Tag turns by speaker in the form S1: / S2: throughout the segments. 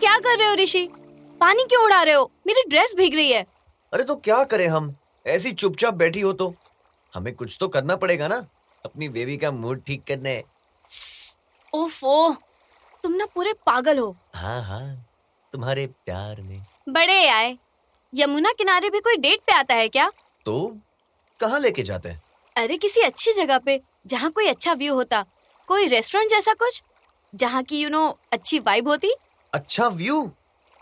S1: क्या कर रहे हो ऋषि पानी क्यों उड़ा रहे हो मेरी ड्रेस भीग रही है
S2: अरे तो क्या करें हम ऐसी चुपचाप बैठी हो तो हमें कुछ तो करना पड़ेगा ना अपनी बेबी का मूड ठीक करने
S1: ओफो तुम ना पूरे पागल हो
S2: हाँ हाँ तुम्हारे प्यार में
S1: बड़े आए यमुना किनारे भी कोई डेट पे आता है क्या
S2: तो कहाँ लेके जाते हैं
S1: अरे किसी अच्छी जगह पे जहाँ कोई अच्छा व्यू होता कोई रेस्टोरेंट जैसा कुछ जहाँ की यू नो अच्छी वाइब होती
S2: अच्छा व्यू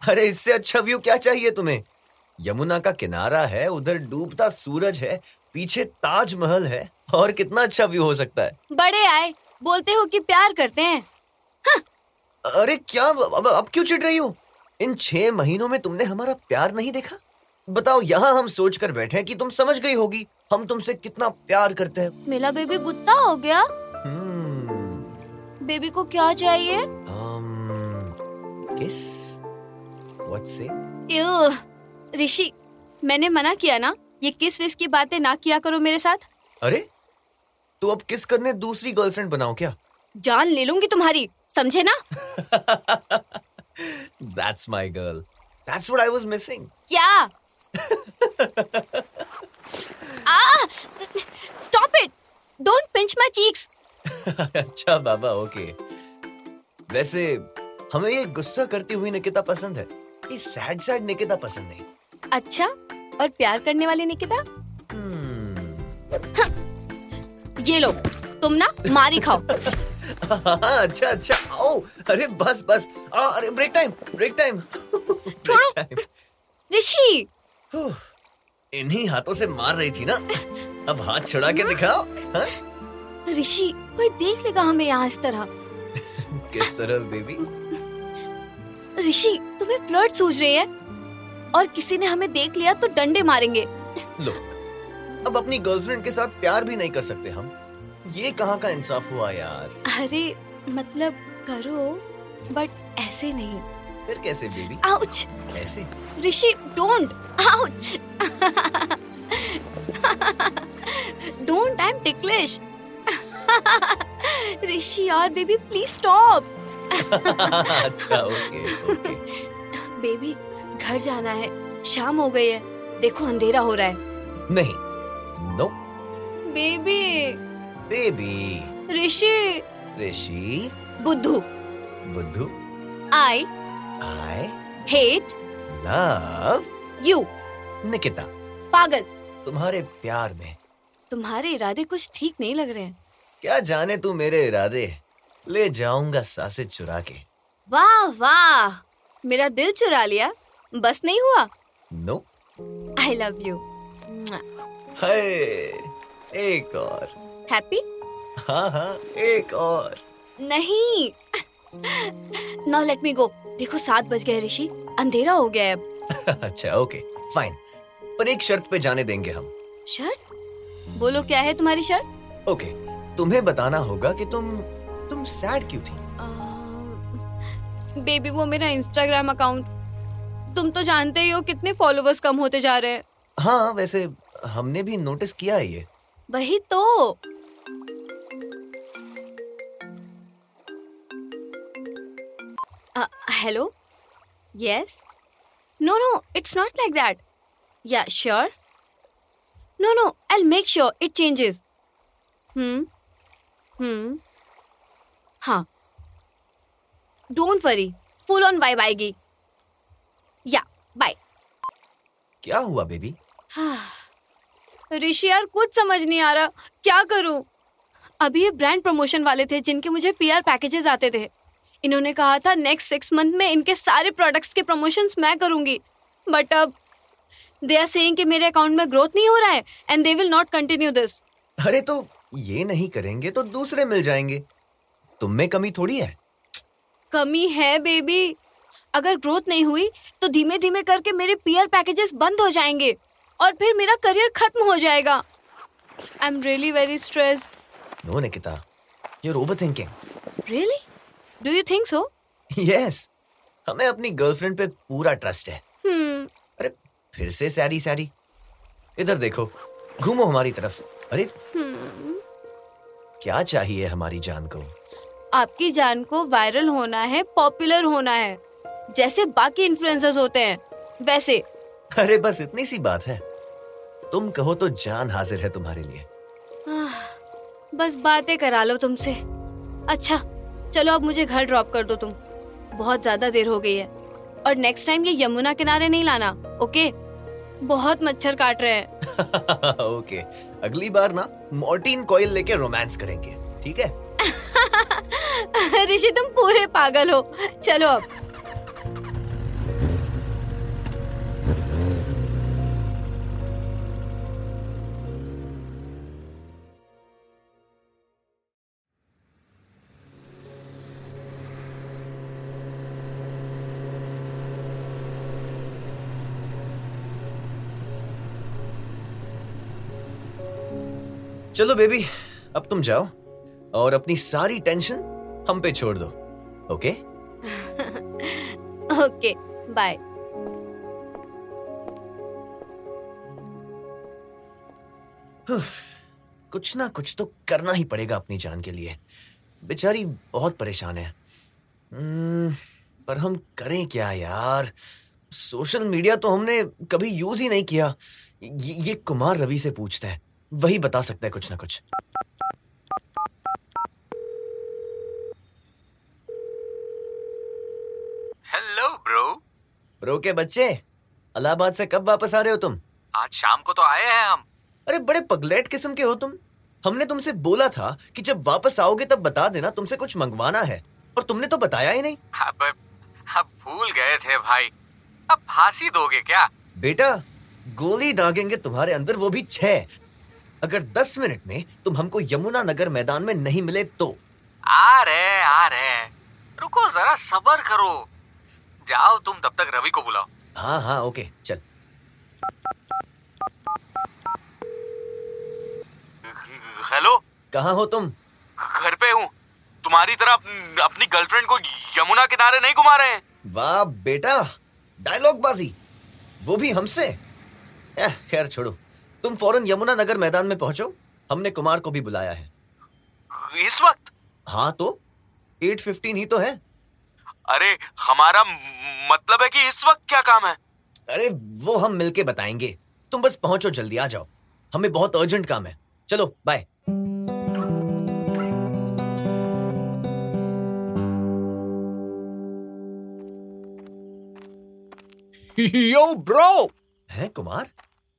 S2: अरे इससे अच्छा व्यू क्या चाहिए तुम्हें यमुना का किनारा है उधर डूबता सूरज है पीछे ताजमहल है और कितना अच्छा व्यू हो सकता है
S1: बड़े आए बोलते हो कि प्यार करते हैं
S2: अरे क्या अब, अब, अब क्यों चिढ़ रही हो इन छह महीनों में तुमने हमारा प्यार नहीं देखा बताओ यहाँ हम सोच कर बैठे हैं कि तुम समझ गई होगी हम तुमसे कितना प्यार करते हैं
S1: मेरा बेबी गुत्ता हो गया
S2: हम्म,
S1: बेबी को क्या चाहिए
S2: um, किस व्हाट से
S1: यूह, ऋषि मैंने मना किया ना ये किस विस की बातें ना किया करो मेरे साथ
S2: अरे तो अब किस करने दूसरी गर्लफ्रेंड बनाओ क्या
S1: जान ले लूंगी तुम्हारी समझे ना
S2: That's my girl. That's what I was missing.
S1: क्या आ stop it don't pinch my cheeks
S2: अच्छा बाबा ओके वैसे हमें ये गुस्सा करती हुई निकिता पसंद है ये सैड सैड निकिता पसंद नहीं
S1: अच्छा और प्यार करने वाली निकिता
S2: Hmm.
S1: ये लो तुम ना मारी खाओ
S2: हाँ, अच्छा अच्छा आओ अरे बस बस आ, अरे ब्रेक टाइम ब्रेक टाइम
S1: छोड़ो। ऋषि
S2: इन्हीं हाथों से मार रही थी ना अब हाथ छुड़ा के दिखाओ हाँ?
S1: ऋषि कोई देख लेगा हमें यहाँ इस तरह
S2: किस तरह बेबी
S1: ऋषि तुम्हें फ्लर्ट सूझ रही है और किसी ने हमें देख लिया तो डंडे मारेंगे
S2: लो अब अपनी गर्लफ्रेंड के साथ प्यार भी नहीं कर सकते हम ये कहाँ का इंसाफ हुआ यार
S1: अरे मतलब करो बट ऐसे नहीं
S2: फिर कैसे बेबी
S1: आउच
S2: ऐसे
S1: Rishi don't ouch don't I am ticklish Rishi और बेबी प्लीज स्टॉप
S2: अच्छा ओके ओके
S1: बेबी घर जाना है शाम हो गई है देखो अंधेरा हो रहा है
S2: नहीं no
S1: baby
S2: baby
S1: Rishi
S2: Rishi
S1: बुद्धू
S2: बुद्धू
S1: I
S2: I
S1: hate
S2: love
S1: you
S2: Nikita
S1: पागल
S2: तुम्हारे प्यार में
S1: तुम्हारे इरादे कुछ ठीक नहीं लग रहे हैं
S2: क्या जाने तू मेरे इरादे ले जाऊंगा सासे चुरा के
S1: वाह वाह मेरा दिल चुरा लिया बस नहीं हुआ
S2: no
S1: I love you
S2: hi एक और
S1: हैप्पी
S2: हाँ हाँ एक और
S1: नहीं नाउ लेट मी गो देखो सात बज गए ऋषि अंधेरा हो गया है अब
S2: अच्छा ओके फाइन पर एक शर्त पे जाने देंगे हम
S1: शर्ट बोलो क्या है तुम्हारी शर्ट
S2: ओके तुम्हें बताना होगा कि तुम तुम सैड क्यों थी
S1: अम्म, बेबी वो मेरा इंस्टाग्राम अकाउंट तुम तो जानते ही हो कितने फॉलोअर्स कम होते जा रहे हैं
S2: हाँ वैसे हमने भी नोटिस किया है ये
S1: वही तो अ, hello yes no no it's not like that yeah sure no no I make sure it changes hmm hmm हाँ don't worry full on vibe आएगी या बाय
S2: क्या हुआ बेबी
S1: हाँ। ऋषि यार कुछ समझ नहीं आ रहा क्या करूं अभी ये ब्रांड प्रमोशन वाले थे जिनके मुझे पीआर पैकेजेस आते थे इन्होंने कहा था नेक्स्ट सिक्स मंथ में इनके सारे प्रोडक्ट्स के प्रमोशंस मैं करूंगी बट अब दे आर सेइंग कि मेरे अकाउंट में ग्रोथ नहीं हो रहा है and they will not continue this
S2: अरे तो ये नहीं करेंगे तो दूसरे मिल जाएंगे तुम में कमी थोड़ी है
S1: कमी है बेबी अगर ग्रोथ नहीं हुई तो धीमे धीमे करके मेरे पीआर पैकेजेस बंद हो जाएंगे और फिर मेरा करियर खत्म हो जाएगा I am really very stressed
S2: no Nikita you are overthinking
S1: Really? Do you think so?
S2: Yes हमें अपनी गर्लफ्रेंड पे पूरा ट्रस्ट है
S1: Hmm.
S2: अरे फिर से सैडी सैडी इधर देखो घूमो हमारी तरफ अरे
S1: Hmm.
S2: क्या चाहिए हमारी जान को
S1: आपकी जान को वायरल होना है पॉपुलर होना है जैसे बाकी इन्फ्लुएंसर्स होते हैं वैसे
S2: अरे बस इतनी सी बात है तुम कहो तो जान हाजिर है तुम्हारे लिए
S1: आह, बस बातें करा लो तुमसे अच्छा चलो अब मुझे घर ड्रॉप कर दो तुम बहुत ज्यादा देर हो गई है और नेक्स्ट टाइम ये यमुना किनारे नहीं लाना ओके बहुत मच्छर काट रहे हैं
S2: ओके अगली बार ना मोर्टीन कॉइल लेके रोमांस करेंगे ठीक है
S1: ऋषि तुम पूरे पागल हो चलो अब
S2: चलो बेबी अब तुम जाओ और अपनी सारी टेंशन हम पे छोड़ दो ओके
S1: ओके बाय
S2: उफ, कुछ ना कुछ तो करना ही पड़ेगा अपनी जान के लिए बेचारी बहुत परेशान है हम्म, पर हम करें क्या यार सोशल मीडिया तो हमने कभी यूज ही नहीं किया ये, ये कुमार रवि से पूछते हैं वही बता सकता है कुछ ना कुछ
S3: हेलो ब्रो
S2: ब्रो के बच्चे इलाहाबाद से कब वापस आ रहे हो तुम
S3: आज शाम को तो आए हैं हम
S2: अरे बड़े पगलेट किस्म के हो तुम हमने तुमसे बोला था कि जब वापस आओगे तब बता देना तुमसे कुछ मंगवाना है और तुमने तो बताया ही नहीं
S3: अब अब भूल गए थे भाई अब फांसी दोगे क्या
S2: बेटा गोली दागेंगे तुम्हारे अंदर वो भी छह अगर दस मिनट में तुम हमको यमुना नगर मैदान में नहीं मिले तो
S3: आ रहे आ रहे रुको जरा सबर करो जाओ तुम तब तक रवि को बुलाओ
S2: हाँ हाँ ओके चल
S3: हेलो
S2: कहाँ हो तुम
S3: घर पे हूँ तुम्हारी तरह अप- अपनी गर्लफ्रेंड को यमुना किनारे नहीं घुमा रहे हैं
S2: वाह बेटा डायलॉग बाजी वो भी हमसे एह, खैर छोड़ो तुम फौरन यमुना नगर मैदान में पहुंचो हमने कुमार को भी बुलाया है
S3: इस वक्त
S2: हाँ तो एट फिफ्टीन ही तो है
S3: अरे हमारा म- मतलब है कि इस वक्त क्या काम है
S2: अरे वो हम मिलके बताएंगे तुम बस पहुंचो जल्दी आ जाओ हमें बहुत अर्जेंट काम है चलो बाय
S3: यो ब्रो
S2: है कुमार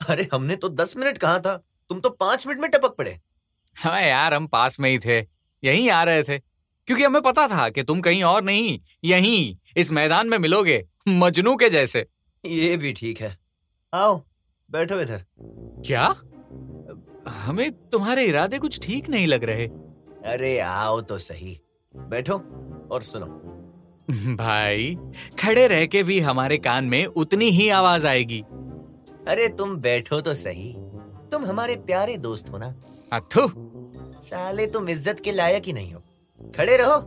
S2: अरे हमने तो दस मिनट कहा था तुम तो पांच मिनट में टपक पड़े
S4: हाँ यार हम पास में ही थे यहीं आ रहे थे क्योंकि हमें पता था कि तुम कहीं और नहीं यहीं इस मैदान में मिलोगे मजनू के जैसे
S2: ये भी ठीक है आओ बैठो इधर
S4: क्या हमें तुम्हारे इरादे कुछ ठीक नहीं लग रहे
S2: अरे आओ तो सही बैठो और सुनो
S4: भाई खड़े रह के भी हमारे कान में उतनी ही आवाज आएगी
S2: अरे तुम बैठो तो सही तुम हमारे प्यारे दोस्त हो ना
S4: अथु
S2: साले तुम इज्जत के लायक ही नहीं हो खड़े रहो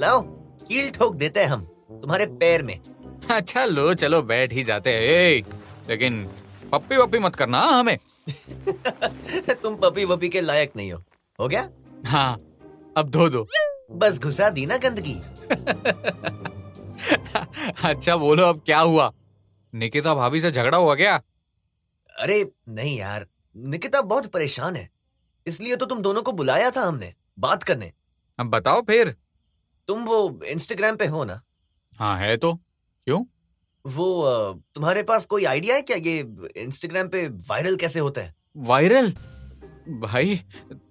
S2: लाओ कील ठोक देते हैं हम तुम्हारे पैर में
S4: अच्छा लो चलो बैठ ही जाते हैं ए, लेकिन पप्पी वप्पी मत करना हाँ, हमें
S2: तुम पपी वपी के लायक नहीं हो हो गया
S4: हाँ अब धो दो
S2: बस घुसा दी ना गंदगी
S4: अच्छा बोलो अब क्या हुआ निकिता भाभी से झगड़ा हुआ क्या
S2: अरे नहीं यार निकिता बहुत परेशान है इसलिए तो तुम दोनों को बुलाया था हमने बात करने
S4: अब बताओ फिर
S2: तुम वो इंस्टाग्राम पे हो ना
S4: हाँ है तो
S2: वो अ, तुम्हारे पास कोई आइडिया है क्या ये इंस्टाग्राम पे वायरल कैसे होता है
S4: वायरल भाई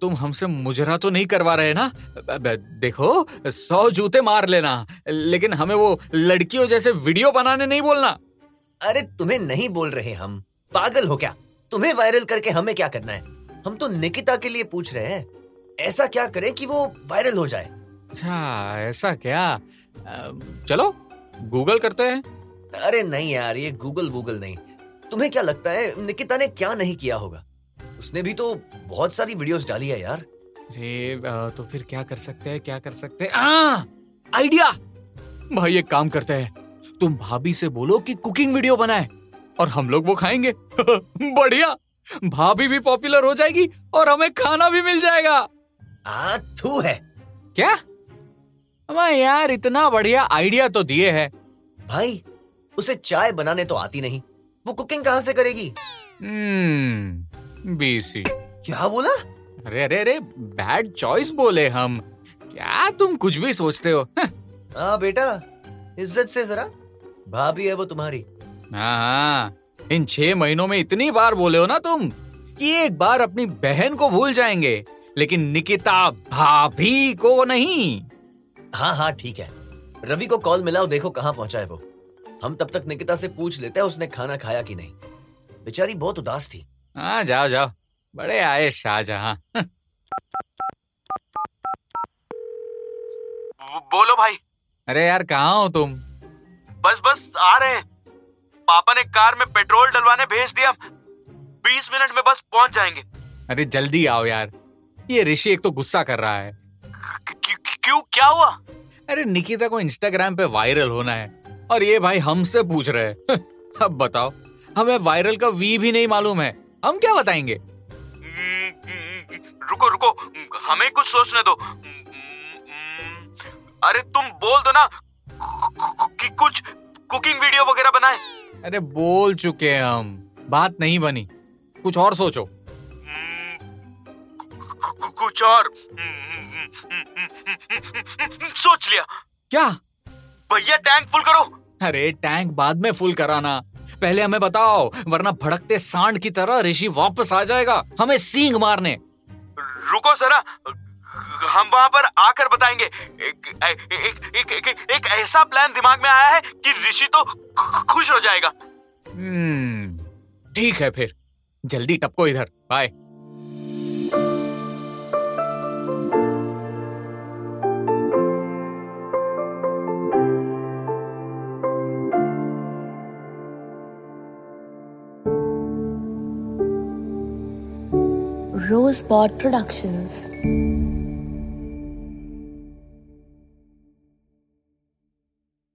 S4: तुम हमसे मुजरा तो नहीं करवा रहे ना अब देखो सौ जूते मार लेना लेकिन हमें वो लड़कियों जैसे वीडियो बनाने नहीं बोलना
S2: अरे तुम्हें नहीं बोल रहे हम पागल हो क्या तुम्हें वायरल करके हमें क्या करना है हम तो निकिता के लिए पूछ रहे हैं ऐसा क्या करें कि वो वायरल हो जाए
S4: अच्छा ऐसा क्या अ, चलो गूगल करते हैं
S2: अरे नहीं यार ये गूगल गूगल नहीं तुम्हें क्या लगता है निकिता ने क्या नहीं किया होगा उसने भी तो बहुत सारी वीडियोस डाली है यार
S4: अरे अ, तो फिर क्या कर सकते हैं क्या कर सकते हैं आ, आइडिया भाई एक काम करते हैं तुम भाभी से बोलो कि कुकिंग वीडियो बनाए और हम लोग वो खाएंगे बढ़िया भाभी भी पॉपुलर हो जाएगी और हमें खाना भी मिल जाएगा
S2: आ थू है
S4: क्या अबे यार इतना बढ़िया आइडिया तो दिए है
S2: भाई उसे चाय बनाने तो आती नहीं वो कुकिंग कहाँ से करेगी
S4: हम्म बीसी
S2: क्या बोला
S4: अरे अरे अरे बैड चॉइस बोले हम क्या तुम कुछ भी सोचते हो हाँ
S2: हाँ बेटा इज्जत से जरा भाभी है वो तुम्हारी
S4: हाँ इन छह महीनों में इतनी बार बोले हो ना तुम कि एक बार अपनी बहन को भूल जाएंगे लेकिन निकिता भाभी को नहीं
S2: हाँ हाँ ठीक है रवि को कॉल मिलाओ देखो कहाँ पहुंचा है वो हम तब तक निकिता से पूछ लेते हैं उसने खाना खाया कि नहीं बेचारी बहुत उदास थी
S4: हाँ जाओ जाओ बड़े आए शाहजहां
S3: बोलो भाई
S4: अरे यार कहाँ हो तुम
S3: बस बस आ रहे हैं पापा ने कार में पेट्रोल डलवाने भेज दिया बीस मिनट में बस पहुंच जाएंगे
S4: अरे जल्दी आओ यार ये ऋषि एक तो गुस्सा कर रहा है
S3: क्यों- क्यों क्यों क्या हुआ
S4: अरे निकिता को इंस्टाग्राम पे वायरल होना है और ये भाई हमसे पूछ रहे हैं अब बताओ हमें वायरल का वी भी नहीं मालूम है हम क्या बताएंगे
S3: हम्म, हम्म, रुको रुको हमें कुछ सोचने दो हम्म, अरे तुम बोल दो ना कि कुछ कुकिंग वीडियो वगैरह बनाए
S4: अरे बोल चुके हैं हम बात नहीं बनी कुछ और सोचो
S3: हम्म, कु- कु- कुछ और हम्म, सोच लिया
S4: क्या
S3: भैया टैंक फुल करो
S4: अरे टैंक बाद में फुल कराना पहले हमें बताओ वरना भड़कते सांड की तरह ऋषि वापस आ जाएगा हमें सींग मारने
S3: रुको जरा हम वहां पर आकर बताएंगे एक एक, एक, एक, एक, एक ऐसा प्लान दिमाग में आया है कि ऋषि तो खु- खुश हो जाएगा
S4: हम्म, ठीक है फिर जल्दी टपको इधर बाय
S5: Rosebud Productions.